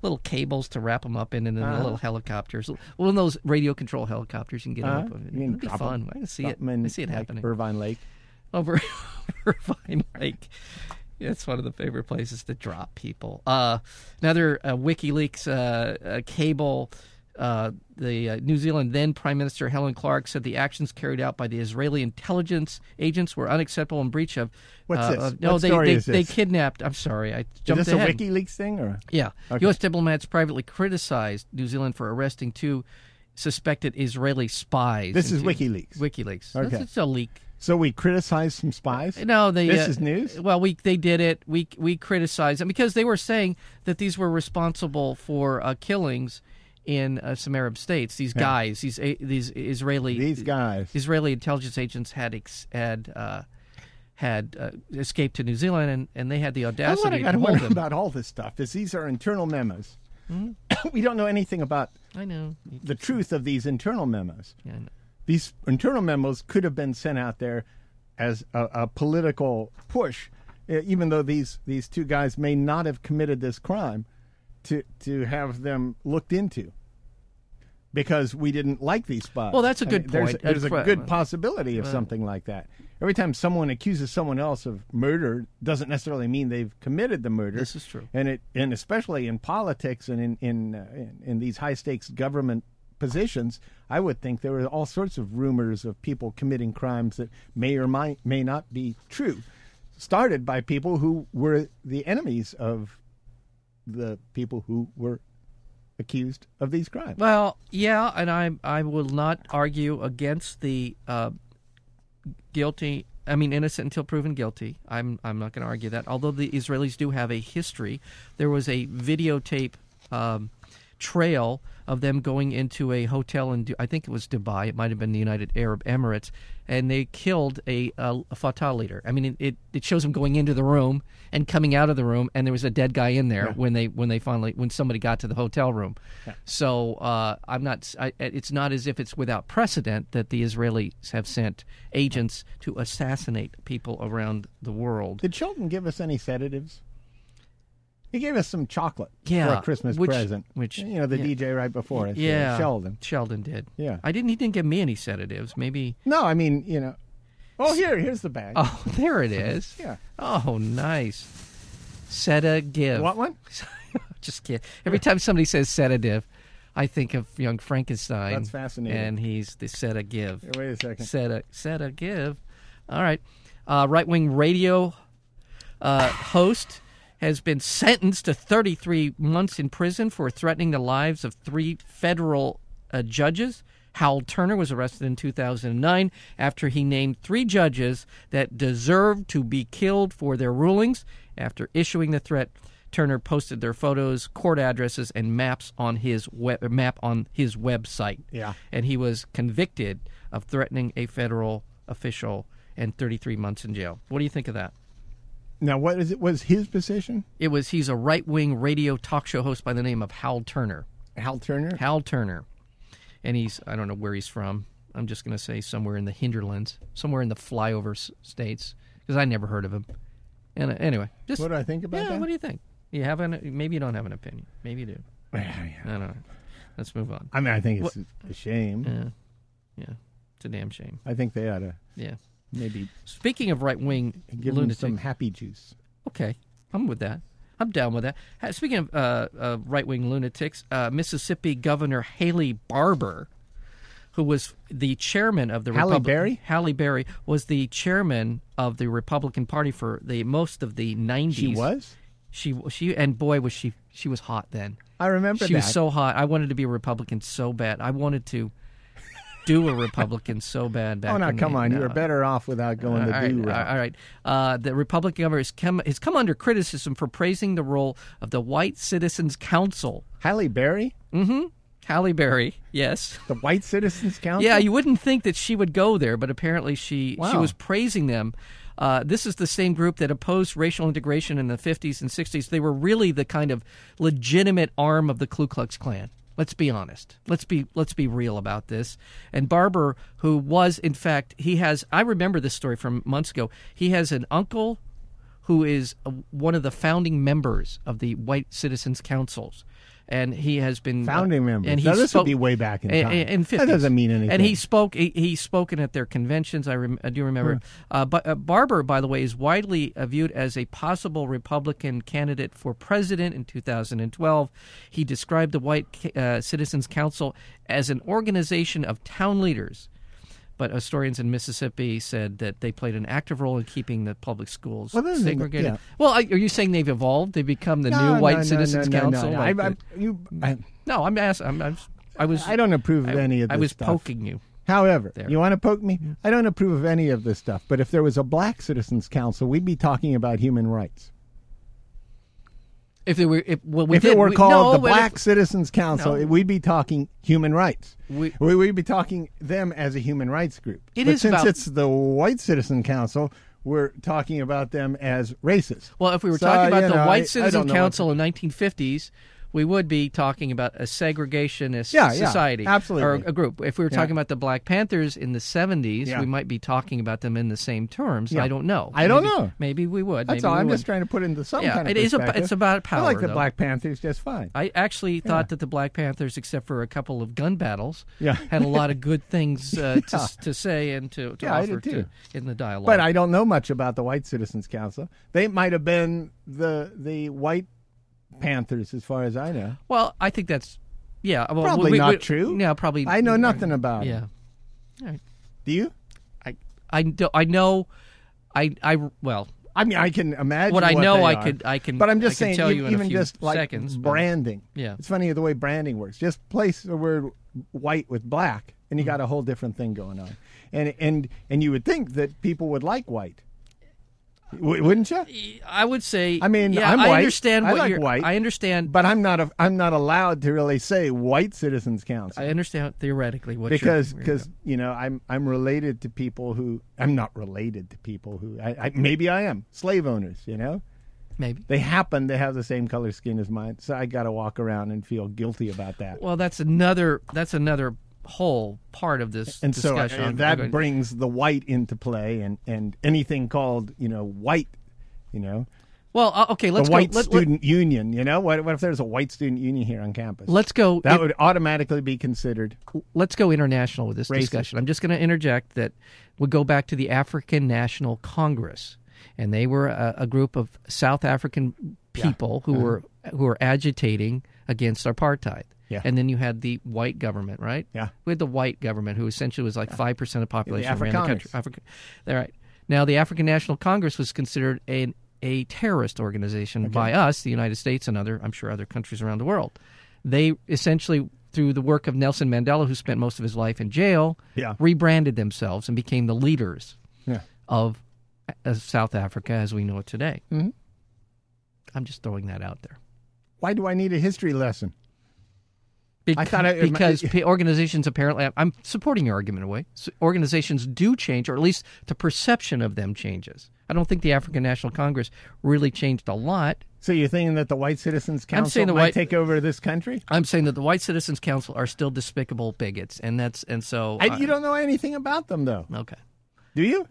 S2: little cables to wrap them up in, and then
S1: Uh-huh.
S2: the little helicopters. One of those radio control helicopters you can get 'em up.
S1: Uh-huh.
S2: of it.
S1: You can
S2: It'd be
S1: drop 'em-
S2: fun. I can see
S1: drop
S2: it.
S1: 'em in,
S2: I see it
S1: like,
S2: happening
S1: Irvine Lake.
S2: over Irvine Lake. Yeah, it's one of the favorite places to drop people. Uh, another uh, WikiLeaks uh, uh, cable. Uh, the uh, New Zealand then Prime Minister Helen Clark said the actions carried out by the Israeli intelligence agents were unacceptable in breach of.
S1: What's
S2: uh,
S1: this?
S2: of- no,
S1: What
S2: they
S1: story
S2: they,
S1: is
S2: they
S1: this?
S2: kidnapped. I'm sorry, I
S1: Is
S2: jumped
S1: this a
S2: ahead.
S1: WikiLeaks thing? or
S2: Yeah.
S1: Okay.
S2: U.S. diplomats privately criticized New Zealand for arresting two suspected Israeli spies.
S1: This is
S2: into-
S1: WikiLeaks.
S2: WikiLeaks.
S1: Okay.
S2: This is a leak.
S1: So we criticize some spies?
S2: No, they.
S1: This
S2: uh,
S1: is news?
S2: Well, we they did it. We we criticized them because they were saying that these were responsible for uh, killings in uh, some Arab states. These guys, these uh, these Israeli
S1: These guys.
S2: Israeli intelligence agents had ex- had uh, had uh, escaped to New Zealand, and, and they had the
S1: That's what I
S2: audacity
S1: got to
S2: to hold
S1: wonder
S2: them.
S1: about all this stuff is these are internal memos.
S2: Hmm?
S1: we don't know anything about
S2: I know.
S1: the truth of these internal memos.
S2: Yeah, I know.
S1: These internal memos could have been sent out there as a, a political push, e- even though these these two guys may not have committed this crime, to to have them looked into. Because we didn't like these spies.
S2: Well, that's a good
S1: there's-
S2: point.
S1: There's, a
S2: That's
S1: good
S2: right.
S1: possibility of something like that. Every time someone accuses someone else of murder, doesn't necessarily mean they've committed the murder.
S2: This is true.
S1: And it, and especially in politics and in in uh, in, in these high stakes government positions, I would think there were all sorts of rumors of people committing crimes that may or might, may not be true, started by people who were the enemies of the people who were accused of these crimes.
S2: Well, yeah, and I I will not argue against the uh, guilty. I mean, innocent until proven guilty. I'm I'm not going to argue that. Although the Israelis do have a history, there was a videotape um, trail of them going into a hotel in Du- I think it was Dubai. It might have been the United Arab Emirates, and they killed a, a, a Fatah leader. I mean, it, it, it shows them going into the room and coming out of the room, and there was a dead guy in there when they when they finally when somebody got to the hotel room. So uh, I'm not. I, it's not as if it's without precedent that the Israelis have sent agents to assassinate people around the world.
S1: Did Chilton give us any sedatives? He gave us some chocolate for
S2: Yeah,
S1: a Christmas
S2: which-
S1: present.
S2: which-
S1: you know the
S2: yeah.
S1: DJ right before us, uh,
S2: Yeah,
S1: Sheldon.
S2: Sheldon did.
S1: Yeah.
S2: I didn't. He didn't give me any sedatives. Maybe.
S1: No, I mean you know. Oh, here, here's the bag.
S2: Oh, there it is.
S1: Yeah.
S2: Oh, nice. Sedative.
S1: Want one?
S2: Just kidding. Every time somebody says sedative, I think of young Frankenstein.
S1: That's fascinating.
S2: And he's the sedative.
S1: Wait a second.
S2: Seta Seta Give. All right. Uh, right wing radio uh, host has been sentenced to 33 months in prison for threatening the lives of three federal uh, judges. Howell Turner was arrested in 2009 after he named three judges that deserved to be killed for their rulings. After issuing the threat, Turner posted their photos, court addresses, and maps on his web, map on his website
S1: Yeah.
S2: and he was convicted of threatening a federal official and 33 months in jail. What do you think of that?
S1: Now, what is it? Was his position?
S2: It was he's a right-wing radio talk show host by the name of Hal Turner.
S1: Hal Turner.
S2: Hal Turner. And he's I don't know where he's from. I'm just going to say somewhere in the hinterlands, somewhere in the flyover s- states because I never heard of him. And uh, anyway, just
S1: What do I think about
S2: Yeah,
S1: that?
S2: what do you think? You have an maybe you don't have an opinion. Maybe you do. I don't know. Let's move on.
S1: I mean, I think it's a shame.
S2: Yeah. Yeah. It's a damn shame.
S1: I think they ought to
S2: Yeah.
S1: maybe
S2: Speaking of right wing
S1: give
S2: lunatics,
S1: him some happy juice.
S2: okay, I'm with that. I'm down with that. Ha- Speaking of uh, uh, right wing lunatics, uh, Mississippi Governor Haley Barber, who was the chairman of the
S1: Halle
S2: Republic-
S1: Berry?
S2: Halle Berry was the chairman of the Republican Party for the most of the '90s.
S1: She was.
S2: She she and boy was she she was hot then.
S1: I remember
S2: She
S1: that.
S2: was so hot. I wanted to be a Republican so bad. I wanted to do a Republican so bad back.
S1: oh, now
S2: in the-
S1: come on! You were
S2: no.
S1: better off without going
S2: All
S1: the
S2: right,
S1: do route.
S2: all right. Uh, the Republican governor has come, has come under criticism for praising the role of the White Citizens Council.
S1: Halle Berry,
S2: Halle Berry, yes.
S1: the White Citizens Council.
S2: Yeah, you wouldn't think that she would go there, but apparently she she
S1: Wow.
S2: was praising them. Uh, this is the same group that opposed racial integration in the 50s and 60s. They were really the kind of legitimate arm of the Ku Klux Klan. Let's be honest. Let's be let's be real about this. And Barber, who was in fact, he has I remember this story from months ago. He has an uncle who is uh, one of the founding members of the White Citizens Councils. And he has been
S1: Founding members.
S2: And he
S1: Now, this would
S2: spoke-
S1: be way back in
S2: a- a-
S1: time.
S2: in
S1: That
S2: 50s.
S1: doesn't mean anything.
S2: And he spoke. He, he's spoken at their conventions. I, rem, I do remember.
S1: Hmm.
S2: Uh, but uh, Barber, by the way, is widely uh, viewed as a possible Republican candidate for president in 2012. He described the White uh, Citizens Council as an organization of town leaders. But historians in Mississippi said that they played an active role in keeping the public schools
S1: Well, this is-
S2: segregated.
S1: yeah.
S2: Well, I- are you saying they've evolved? They've become the
S1: No,
S2: new White
S1: no, no,
S2: Citizens
S1: no, no,
S2: Council?
S1: No, no.
S2: like
S1: I, I,
S2: the-
S1: you, I,
S2: no, I'm asking. I'm, I'm, I was.
S1: I don't approve of any of
S2: I
S1: this
S2: was
S1: stuff.
S2: poking Mm-hmm. you.
S1: However, you want to poke me? I don't approve of any of this stuff. But if there was a Black Citizens Council, we'd be talking about human rights.
S2: If it were, if, well, we
S1: if
S2: did,
S1: it were
S2: we-
S1: called
S2: no,
S1: the
S2: but if-
S1: Black Citizens Council,
S2: No.
S1: we'd be talking human rights.
S2: We-
S1: We, we would be talking them as a human rights group.
S2: It
S1: but
S2: is
S1: since
S2: about-
S1: it's the White Citizen Council, we're talking about them as racist.
S2: well, if we were
S1: So,
S2: talking about
S1: you
S2: the
S1: know, I-
S2: White
S1: I
S2: Citizen
S1: don't know what
S2: Council in 1950s, we would be talking about a segregationist
S1: Yeah, yeah,
S2: society, or
S1: absolutely.
S2: a group. If we were talking about the Black Panthers in the 70s,
S1: Yeah.
S2: we might be talking about them in the same terms.
S1: Yeah.
S2: I don't know.
S1: I don't
S2: Maybe-
S1: know.
S2: Maybe we would.
S1: That's
S2: maybe
S1: all.
S2: we
S1: I'm
S2: wouldn't.
S1: just trying to put into some
S2: Yeah,
S1: kind of
S2: it is a-
S1: perspective.
S2: it's about
S1: I like the
S2: power,
S1: Black Panthers just fine.
S2: I actually thought that the Black Panthers, except for a couple of gun battles,
S1: Yeah.
S2: had a lot of good things uh, to, s- to say and to, to
S1: Yeah, I
S2: offer
S1: did
S2: to,
S1: too.
S2: in the dialogue.
S1: But I don't know much about the White Citizens Council. They might have been the the White Panthers, as far as I know.
S2: Well, I think that's yeah. Well,
S1: Probably
S2: we- we-
S1: not
S2: we-
S1: true.
S2: Yeah, probably.
S1: I know nothing about
S2: Yeah.
S1: it. Do you?
S2: I I do, I know. I I well.
S1: I mean, I can imagine
S2: What I know,
S1: they
S2: I
S1: are.
S2: could- I can-
S1: But I'm just
S2: I can
S1: saying,
S2: tell
S1: e-
S2: you in a
S1: even
S2: few
S1: just like
S2: seconds, but-
S1: branding.
S2: Yeah.
S1: it's funny the way branding works. Just place the word white with black, and
S2: Mm.
S1: you got a whole different thing going on. And and and you would think that people would like white, W- wouldn't you?
S2: I would say.
S1: I mean,
S2: yeah,
S1: I'm
S2: I
S1: white.
S2: understand
S1: I
S2: what
S1: like
S2: you're.
S1: white.
S2: I understand.
S1: But I'm not a, I'm not allowed to really say white citizens council
S2: I understand theoretically what
S1: because
S2: you're,
S1: because you know I'm I'm related to people who I'm not related to people who I, I maybe I am slave owners. You know,
S2: maybe.
S1: they happen to have the same color skin as mine, so I got to walk around and feel guilty about that.
S2: Well, that's another. That's another whole part of this
S1: and so uh,
S2: discussion. I'm
S1: that
S2: going-
S1: brings the white into play, and and anything called you know white, you know,
S2: well, uh, okay. Let's
S1: the white
S2: go. Let, let,
S1: student union. You know, what what if there's a white student union here on campus?
S2: let's go.
S1: that would automatically be considered
S2: let's go international with this discussion. I'm just going to interject that we go back to the African National Congress, and they were a, a group of South African people
S1: Uh-huh.
S2: who were who were agitating against apartheid.
S1: Yeah.
S2: And then you had the white government, right?
S1: Yeah.
S2: We had the white government who essentially was like five percent of the population
S1: Yeah, the
S2: ran the country. Africa. All right. Now the African National Congress was considered an a terrorist organization by us, the United States, and other, I'm sure, other countries around the world. They essentially, through the work of Nelson Mandela, who spent most of his life in jail,
S1: Yeah.
S2: rebranded themselves and became the leaders
S1: Yeah.
S2: of uh, South Africa as we know it today. Mm-hmm. I'm just throwing that out there.
S1: Why do I need a history lesson?
S2: Because,
S1: I thought it-
S2: because p- organizations apparently, I'm supporting your argument away. S organizations do change, or at least the perception of them changes. I don't think the African National Congress really changed a lot.
S1: So you're thinking that the white citizens council
S2: saying the
S1: might
S2: white-
S1: take over this country?
S2: I'm saying that the White Citizens Council are still despicable bigots, and that's and so
S1: I, you don't know anything about them, though,
S2: okay.
S1: do you?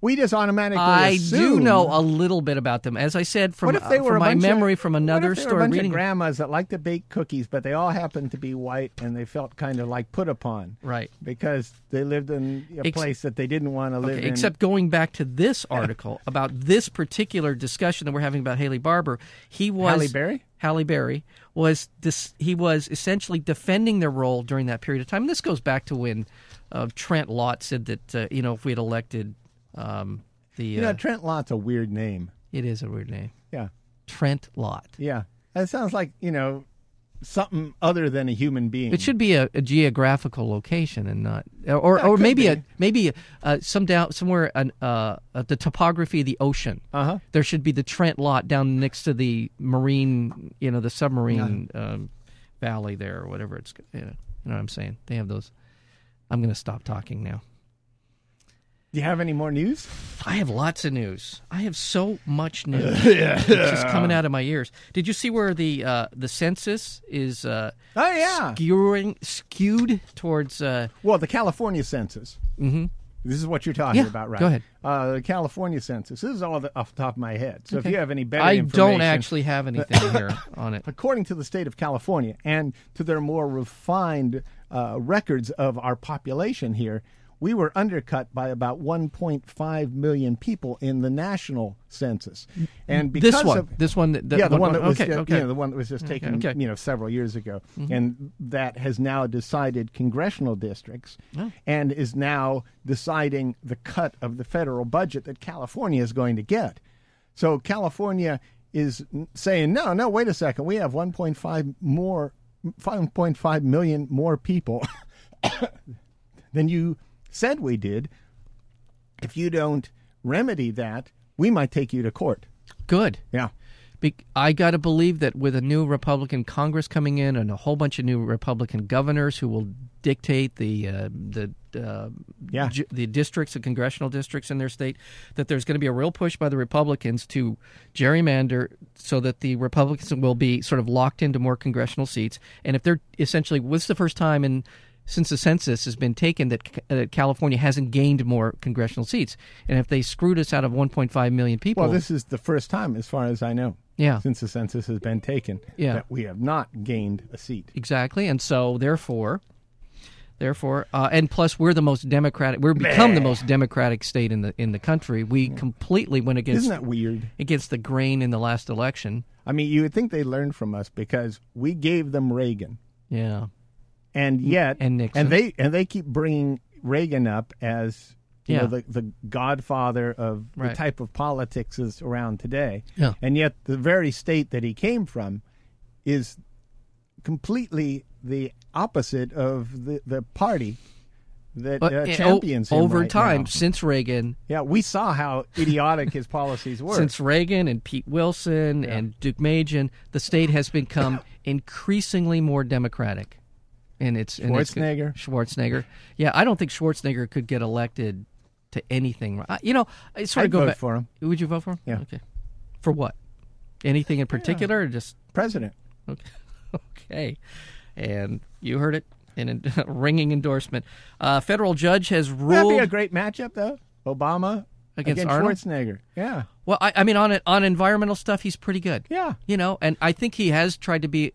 S1: We just automatically.
S2: I do
S1: assume-
S2: know a little bit about them, as I said from,
S1: What if they
S2: uh,
S1: were a
S2: from my
S1: bunch of-
S2: memory from
S1: what
S2: another
S1: if they were
S2: story
S1: a bunch
S2: reading.
S1: of grandmas that like to bake cookies, but they all happened to be white, and they felt kind of like put upon,
S2: Right.
S1: Because they lived in a
S2: Ex-
S1: place that they didn't want to live
S2: Okay,
S1: in.
S2: Except going back to this article about this particular discussion that we're having about Haley Barber, he was
S1: Halle Berry?
S2: Halle Berry was dis, he was essentially defending their role during that period of time. And this goes back to when uh, Trent Lott said that uh, you know if we had elected um, the
S1: you know,
S2: uh,
S1: Trent Lott's a weird name.
S2: it is a weird name
S1: Yeah,
S2: Trent Lott.
S1: yeah. That sounds like you know something other than a human being.
S2: It should be a, a geographical location and not, or
S1: it
S2: or
S1: could
S2: maybe
S1: be.
S2: a maybe uh, some down somewhere an, uh, uh, the topography of the ocean.
S1: Uh-huh.
S2: There should be the Trent lot down next to the marine, you know, the submarine um, valley there or whatever it's. You know, you know what I'm saying? They have those. I'm going to stop talking now.
S1: Do you have any more news?
S2: I have lots of news. I have so much news. It's just coming out of my ears. Did you see where the uh, the census is uh,
S1: Oh yeah.
S2: skewing skewed towards? Uh,
S1: Well, the California census.
S2: hmm
S1: This is what you're talking
S2: Yeah,
S1: about, right?
S2: go ahead.
S1: Uh, the California census. This is all the, off the top of my head. So if you have any better
S2: I
S1: information,
S2: don't actually have anything here on it.
S1: according to the state of California and to their more refined uh, records of our population here, we were undercut by about 1.5 million people in the national census. And because
S2: This one,
S1: of
S2: this one, that, that
S1: yeah, the one, that was
S2: okay,
S1: uh,
S2: okay.
S1: you know, the one that was just taken
S2: okay. Mm-hmm.
S1: you know several years ago, and that has now decided congressional districts,
S2: Oh.
S1: and is now deciding the cut of the federal budget that California is going to get. So California is n- saying, no, no, wait a second, we have 1.5 more, 5.5 million more people than you said we did. If you don't remedy that, we might take you to court.
S2: Good.
S1: Yeah.
S2: Be- I got to believe that with a new Republican Congress coming in and a whole bunch of new Republican governors who will dictate the uh, the uh,
S1: Yeah.
S2: ju- the districts, the congressional districts in their state, that there's going to be a real push by the Republicans to gerrymander so that the Republicans will be sort of locked into more congressional seats. And if they're essentially, what's the first time in since the census has been taken that C- uh, California hasn't gained more congressional seats? And if they screwed us out of 1.5 million people,
S1: Well, this is the first time, as far as I know,
S2: yeah.
S1: since the census has been taken,
S2: Yeah.
S1: that we have not gained a seat.
S2: Exactly, and so therefore, therefore, uh, and plus, we're the most democratic. We're become the most democratic state in the in the country. We completely went against
S1: Isn't that weird?
S2: against the grain in the last election.
S1: I mean, you would think they learned from us because we gave them Reagan.
S2: Yeah.
S1: and yet
S2: and Nixon.
S1: they and they keep bringing Reagan up as you know
S2: Yeah.
S1: the the godfather of the
S2: Right.
S1: type of politics that's around today.
S2: Yeah.
S1: And yet the very state that he came from is completely the opposite of the, the party that
S2: But
S1: uh,
S2: eh, o-
S1: champions him
S2: over
S1: right
S2: time
S1: now.
S2: since Reagan,
S1: Yeah, we saw how idiotic his policies were.
S2: since Reagan and Pete Wilson and Duke Majan, the state has become increasingly more democratic. And it's and it's-
S1: Schwarzenegger.
S2: Schwarzenegger. Yeah, I don't think Schwarzenegger could get elected to anything. I- You know, I sort
S1: I'd
S2: of go
S1: vote
S2: back
S1: for him.
S2: Would you vote for him?
S1: Yeah.
S2: Okay. For what? Anything in particular? Or just
S1: president.
S2: Okay. okay. And you heard it in a ringing endorsement. Uh, federal judge has
S1: That'd be
S2: ruled.
S1: a great matchup though. Obama
S2: Against Arnold?
S1: Schwarzenegger. Yeah.
S2: well, I, I mean, on on environmental stuff, he's pretty good.
S1: Yeah.
S2: You know, and I think he has tried to be.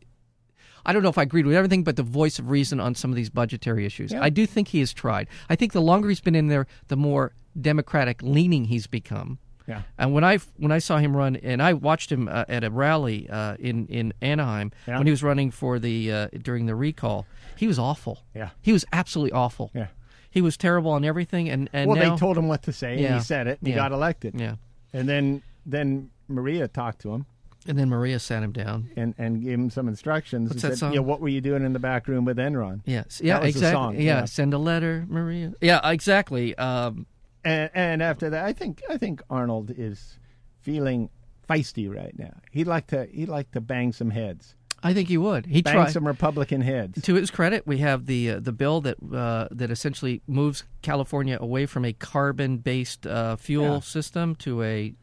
S2: I don't know if I agreed with everything, but the voice of reason on some of these budgetary issues. I do think he has tried. I think the longer he's been in there, the more democratic leaning he's become.
S1: Yeah.
S2: And when I when I saw him run, and I watched him uh, at a rally uh, in in Anaheim
S1: Yeah.
S2: when he was running for the uh, during the recall, he was awful.
S1: Yeah.
S2: he was absolutely awful.
S1: Yeah.
S2: he was terrible on everything. And and
S1: Well,
S2: now,
S1: they told him what to say, and
S2: Yeah.
S1: he said it. And He
S2: Yeah.
S1: got elected.
S2: yeah.
S1: And then then Maria talked to him
S2: And then Maria sat him down.
S1: and, and gave him some instructions. and
S2: that
S1: said,
S2: song?
S1: Yeah, what were you doing in the back room with Enron?
S2: Yes, yeah,
S1: was the
S2: exactly.
S1: song,
S2: yeah.
S1: yeah.
S2: send a letter, Maria. Yeah, exactly. Um,
S1: And and after that, I think I think Arnold is feeling feisty right now. He'd like to he'd like to bang some heads,
S2: I think he would. He
S1: bang
S2: tried.
S1: some Republican heads.
S2: to his credit, we have the uh, the bill that uh, that essentially moves California away from a carbon based uh, fuel
S1: Yeah.
S2: system to a,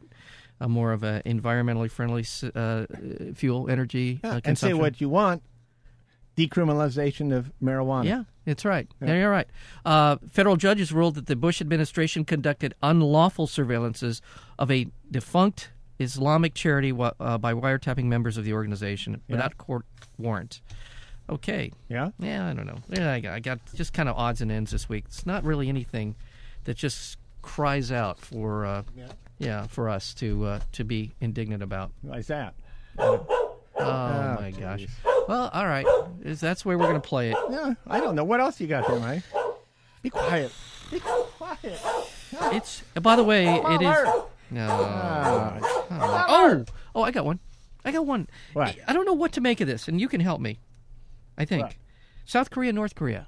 S2: a more of a environmentally friendly s- uh, uh, fuel energy uh,
S1: and say
S2: consumption.
S1: what you want. Decriminalization of marijuana.
S2: Yeah, that's right. Yeah, you're right. Uh, federal judges ruled that the Bush administration conducted unlawful surveillances of a defunct Islamic charity wa- uh, by wiretapping members of the organization without court warrant. Okay.
S1: Yeah?
S2: Yeah, I don't know. Yeah, I got, I got just kind of odds and ends this week. It's not really anything that just cries out for uh, yeah. for us to uh, to be indignant about.
S1: Like that.
S2: Oh, my gosh. Well, all right. Is that's where we're going to play it.
S1: Yeah. I don't know. What else you got there, Mike? Be quiet. Be quiet.
S2: It's uh, by the way, it is. No.
S1: Uh,
S2: Oh, oh, I got one. I got one.
S1: What?
S2: I don't know what to make of this, and you can help me. I think South Korea, North Korea.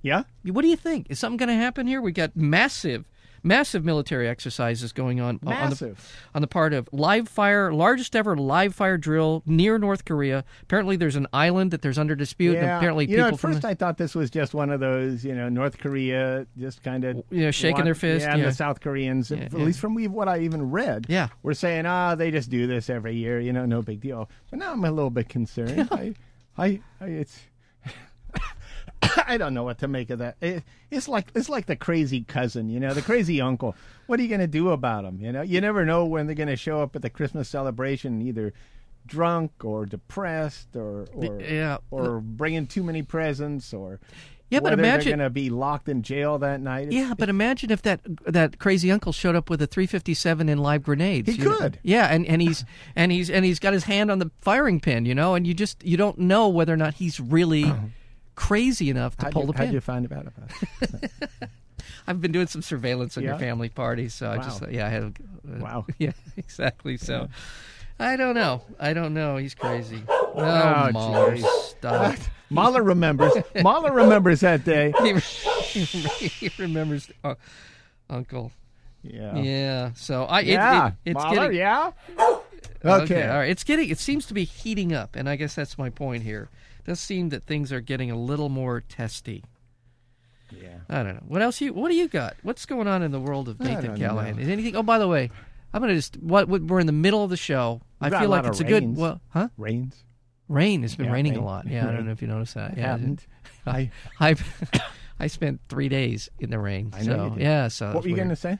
S1: Yeah?
S2: What do you think? Is something going to happen here? We got massive, massive military exercises going on uh, on the
S1: Massive.
S2: on the part of live fire, largest ever live fire drill near North Korea. Apparently, there's an island that there's under dispute. And apparently,
S1: you
S2: people
S1: know, at
S2: from
S1: first I thought this was just one of those, you know, North Korea just kind of
S2: Yeah, shaking their fist,
S1: Yeah, and
S2: yeah.
S1: the South Koreans, at
S2: yeah.
S1: least from we- what I even read,
S2: Yeah.
S1: were saying, ah, they just do this every year, you know, no big deal. But now I'm a little bit concerned. I, I, I, it's, I don't know what to make of that. It, it's like it's like the crazy cousin, you know, the crazy uncle. What are you going to do about them? You know, you never know when they're going to show up at the Christmas celebration, either drunk or depressed or or
S2: yeah.
S1: or bringing too many presents or
S2: Yeah, but
S1: whether
S2: imagine-
S1: they're going to be locked in jail that night. It's-
S2: Yeah, but imagine if that that crazy uncle showed up with a 357 and live grenades.
S1: He
S2: you know?
S1: could.
S2: Yeah, and, and he's and he's and he's got his hand on the firing pin, you know, and you just you don't know whether or not he's really crazy enough to
S1: how'd,
S2: pull
S1: you,
S2: the
S1: how'd
S2: pin.
S1: you find out about it?
S2: I've been doing some surveillance on your
S1: Yeah?
S2: family parties, so I just
S1: Wow.
S2: yeah, I had uh,
S1: Wow.
S2: yeah, exactly. So I don't know. I don't know. He's crazy. Oh,
S1: Oh,
S2: Mahler,
S1: geez.
S2: stop.
S1: Mahler remembers. Mahler remembers that day.
S2: he, he remembers uh, Uncle.
S1: Yeah.
S2: Yeah. So I it- it-
S1: Oh. Yeah.
S2: it's
S1: Mahler,
S2: getting
S1: yeah.
S2: Okay.
S1: Okay.
S2: All right. It's getting. It seems to be heating up, and I guess that's my point here. It does seem that things are getting a little more testy.
S1: Yeah.
S2: I don't know. What else you? What do you got? What's going on in the world of Nathan
S1: don't
S2: Callahan? Is anything? Oh, by the way, I'm gonna just. What, what we're in the middle of the show. I
S1: got
S2: feel
S1: a
S2: like
S1: lot of
S2: it's a good.
S1: rains.
S2: Well, huh?
S1: Rains
S2: Rain. It's been
S1: Yeah,
S2: raining
S1: rain.
S2: a lot. Yeah. I don't know if you noticed that. Yeah.
S1: happened. I.
S2: I. I spent three days in the rain.
S1: I know
S2: so,
S1: you did.
S2: Yeah. So
S1: What were you going to say?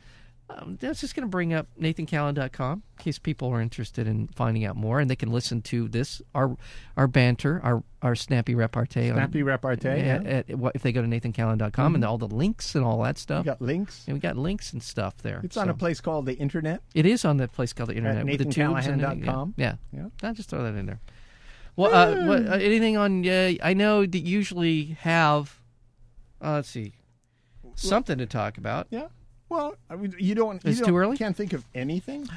S2: um, that's just going to bring up nathancallan.com in case people are interested in finding out more and they can listen to this our our banter our our snappy repartee
S1: Snappy repartee.
S2: on,
S1: Yeah. Mm-hmm.
S2: at, at, what- if they go to nathancallan.com com and all the links and all that
S1: You
S2: stuff
S1: got links.
S2: and we got links and stuff there
S1: It's on a
S2: so-
S1: place called the internet.
S2: it is on the place called the internet with the tubes and everything,
S1: nathancallahan.com?
S2: yeah, yeah.
S1: Yeah.
S2: I'll just throw that in there Well, uh, what, uh, anything on? Uh, I know that usually have. Uh, let's see, something to talk about.
S1: Yeah. Well, I mean, you don't. You
S2: It's
S1: don't,
S2: too early?
S1: Can't think of anything.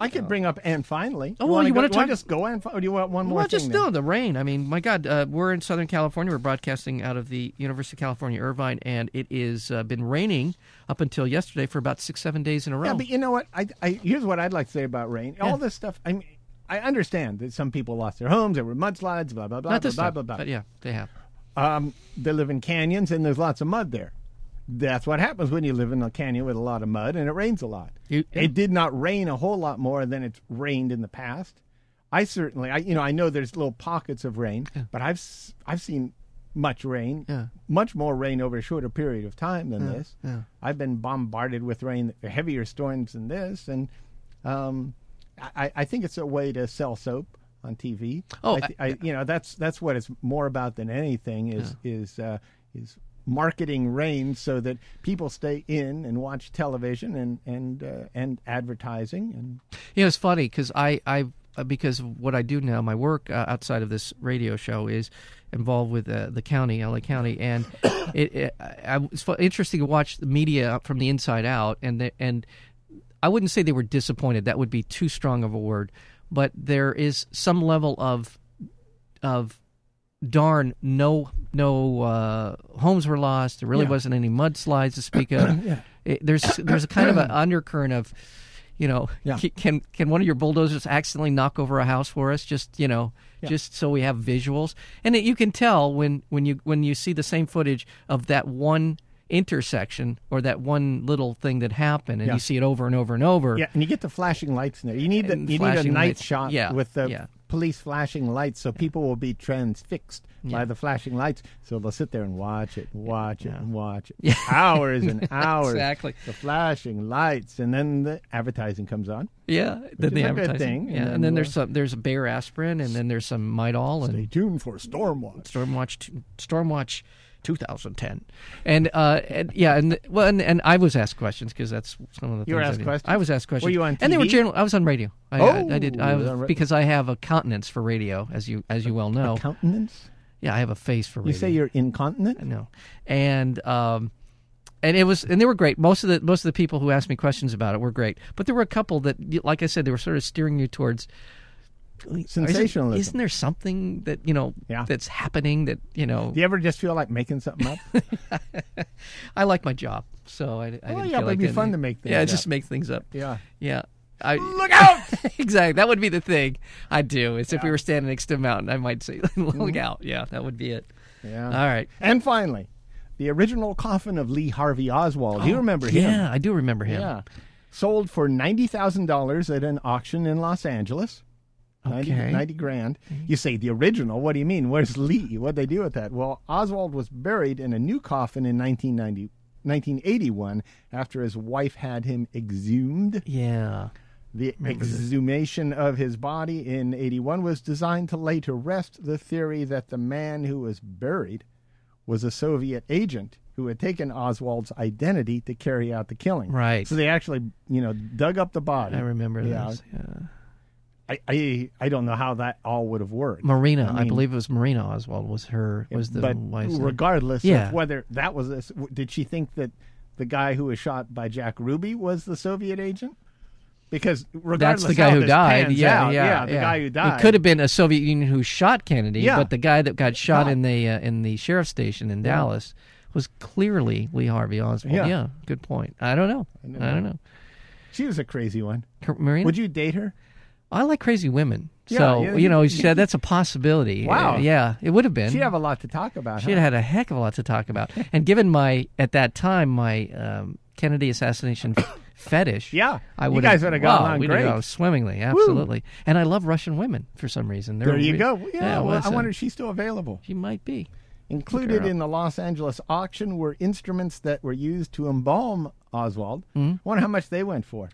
S1: I could bring up and finally.
S2: Oh, well, you
S1: want
S2: wanna
S1: to
S2: talk-
S1: Just go and fi- or do you want one more?
S2: Well,
S1: thing
S2: just
S1: then?
S2: still the rain. I mean, my God, uh, we're in Southern California. We're broadcasting out of the University of California, Irvine, and it is uh, been raining up until yesterday for about six, seven days in a row.
S1: Yeah, but you know what? I, I here's what I'd like to say about rain. All this stuff. I mean, I understand that some people lost their homes. There were mudslides. Blah blah blah.
S2: Not
S1: blah,
S2: this
S1: blah,
S2: time,
S1: blah blah
S2: but yeah, they have.
S1: Um, they live in canyons, and there's lots of mud there. That's what happens when you live in a canyon with a lot of mud, and it rains a lot.
S2: You- yeah.
S1: It did not rain a whole lot more than it's rained in the past. I certainly, I you know, I know there's little pockets of rain, but I've s- I've seen much rain,
S2: Yeah.
S1: much more rain over a shorter period of time than this.
S2: yeah.
S1: I've been bombarded with rain, heavier storms than this, and um, I, I- I think it's a way to sell soap on TV.
S2: Oh,
S1: I, thi- I, you know that's that's what it's more about than anything is is uh, is marketing rain so that people stay in and watch television and and uh, and advertising and
S2: You know, it's funny because I, I uh, because of what I do now, my work uh, outside of this radio show is involved with uh, the county, LA County, and it, it I, I- it's fu- interesting to watch the media from the inside out, and the, and I wouldn't say they were disappointed. That would be too strong of a word, but there is some level of of darn no no uh, homes were lost. There really
S1: Yeah.
S2: wasn't any mudslides to speak of. It- there's there's a kind of an undercurrent of, you know,
S1: Yeah.
S2: c- can can one of your bulldozers accidentally knock over a house for us? Just you know, just so we have visuals, and it, you can tell when when you when you see the same footage of that one intersection or that one little thing that happened, and
S1: Yeah.
S2: you see it over and over and over.
S1: yeah and you get the flashing lights in there. You need the,
S2: And
S1: you need a
S2: flashing
S1: night
S2: lights.
S1: shot
S2: Yeah,
S1: with the
S2: yeah.
S1: police flashing lights so people will be transfixed by the flashing lights so they'll sit there and watch it and watch it and watch it hours and hours
S2: Exactly.
S1: the flashing lights and then the advertising comes on
S2: Yeah, then the
S1: is a good
S2: advertising.
S1: thing, and
S2: Yeah, and
S1: then
S2: then, there's
S1: we'll-
S2: some there's a Bayer aspirin, and then there's some Midol and
S1: Stay tuned for Stormwatch.
S2: Stormwatch, t- Stormwatch, 2010, and uh, and yeah, and well, and, and I was asked questions because that's some of the
S1: You were
S2: things I
S1: asked
S2: did.
S1: questions?
S2: I was asked questions.
S1: you on
S2: And they were
S1: TV?
S2: general. I was on radio. I, I- I,
S1: Oh,
S2: did. I
S1: you
S2: was
S1: was on ra-
S2: because I have a countenance for radio, as you as you well know.
S1: Countenance?
S2: Yeah, I have a face for radio.
S1: You say you're incontinent?
S2: No, and um, and it was and they were great. Most of the most of the people who asked me questions about it were great, but there were a couple that, like I said, they were sort of steering you towards
S1: Sensationalism.
S2: Isn't, isn't there something that you know
S1: Yeah.
S2: that's happening that you know?
S1: Do you ever just feel like making something up?
S2: I like my job, so I, I didn't
S1: yeah,
S2: feel
S1: but it'd
S2: like
S1: be
S2: doing
S1: fun
S2: any-
S1: to make things
S2: Yeah,
S1: up.
S2: just make things up.
S1: yeah.
S2: yeah. I,
S1: Look out!
S2: exactly. That would be the thing I do. Is if we were standing next to a mountain, I might say, "Look out!" Yeah, that would be it.
S1: Mm-hmm. Yeah.
S2: All right.
S1: And finally, the original coffin of Lee Harvey Oswald. you remember him?
S2: Oh, Yeah, I do remember him.
S1: Yeah. Sold for $90,000 at an auction in Los Angeles. 90,
S2: Okay. Mm-hmm.
S1: 90 grand. You say the original. What do you mean? Where's Lee? What'd they do with that? Well, Oswald was buried in a new coffin in 1990, 1981 after his wife had him exhumed.
S2: Yeah.
S1: The exhumation of his body in 81 was designed to lay to rest the theory that the man who was buried was a Soviet agent who had taken Oswald's identity to carry out the killing.
S2: Right.
S1: So they actually, you know, dug up the body.
S2: I remember
S1: Yeah.
S2: this. Yeah.
S1: I, I, I don't know how that all would have worked.
S2: Marina, I, believe it was Marina Oswald was her was the
S1: but
S2: wife's name.
S1: regardless
S2: Yeah.
S1: of whether that was this, did she think that the guy who was shot by Jack Ruby was the Soviet agent? Because regardless,
S2: That's the guy
S1: how
S2: who
S1: this
S2: died.
S1: pans
S2: Yeah,
S1: out,
S2: yeah,
S1: the
S2: yeah.
S1: guy who died.
S2: It could have been a Soviet Union who shot Kennedy,
S1: Yeah.
S2: but the guy that got shot
S1: Yeah.
S2: in the uh, in the sheriff's station in Dallas was clearly Lee Harvey Oswald.
S1: Yeah.
S2: Yeah, good point. I don't know. I, don't know.
S1: She was a crazy one.
S2: Cor- Marina,
S1: Would you date her?
S2: I like crazy women.
S1: Yeah,
S2: so
S1: yeah,
S2: you know, she said that's a possibility.
S1: Wow.
S2: Uh, yeah, it would have been.
S1: She'd have a lot to talk about.
S2: She'd
S1: huh?
S2: had a heck of a lot to talk about. And given my at that time my um, Kennedy assassination fetish,
S1: Yeah.
S2: I
S1: You
S2: would
S1: guys would've gone
S2: wow,
S1: on
S2: we'd have
S1: great.
S2: gone swimmingly, absolutely. And I love Russian women for some reason. They're
S1: There you
S2: re-
S1: go. Yeah, well, I
S2: listen,
S1: wonder if she's still available.
S2: she might be.
S1: Included
S2: up.
S1: in the Los Angeles auction were instruments that were used to embalm Oswald.
S2: Mm-hmm.
S1: Wonder how much they went for.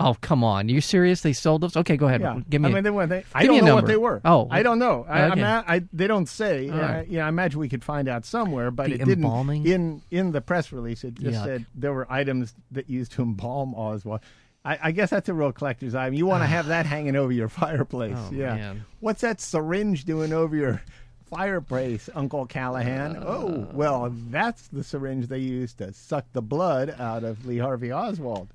S2: Oh come on, you serious? They sold those? Okay, go ahead.
S1: Yeah,
S2: Give me.
S1: I mean, they
S2: a, Oh,
S1: were. They, I
S2: give me
S1: don't
S2: a
S1: know what
S2: number.
S1: they were.
S2: Oh.
S1: I don't know. I,
S2: Okay.
S1: I'm a- I- they don't say.
S2: All
S1: Uh,
S2: right.
S1: yeah, I imagine we could find out somewhere, but
S2: The
S1: it didn't.
S2: embalming?
S1: In in the press release, it just
S2: Yuck.
S1: said there were items that used to embalm Oswald. I- I, I guess that's a real collector's item. You want to have that hanging over your fireplace.
S2: Oh,
S1: yeah.
S2: man.
S1: What's that syringe doing over your fireplace, Uncle Callahan?
S2: Uh.
S1: oh, well, that's the syringe they used to suck the blood out of Lee Harvey Oswald.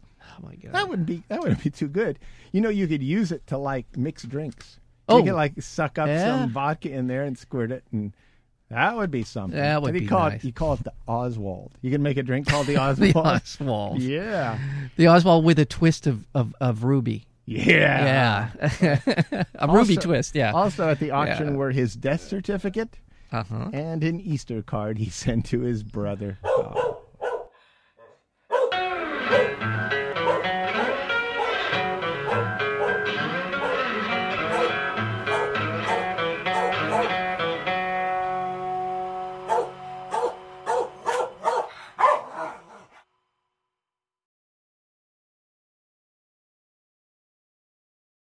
S2: Oh my god.
S1: That would be that would be too good. You know, you could use it to like mix drinks.
S2: Oh.
S1: You could like suck up
S2: Yeah.
S1: some vodka in there and squirt it, and that would be something.
S2: That would
S1: And you
S2: be
S1: call
S2: nice.
S1: It, you call it the Oswald. You can make a drink called the
S2: the
S1: Oswald.
S2: Oswald.
S1: Yeah,
S2: The Oswald with a twist of of, of ruby.
S1: yeah,
S2: Yeah, a ruby
S1: Uh-huh. Also-
S2: twist. Yeah.
S1: Also at the auction
S2: Yeah.
S1: were his death certificate
S2: Uh huh.
S1: and an Easter card he sent to his brother. Oh,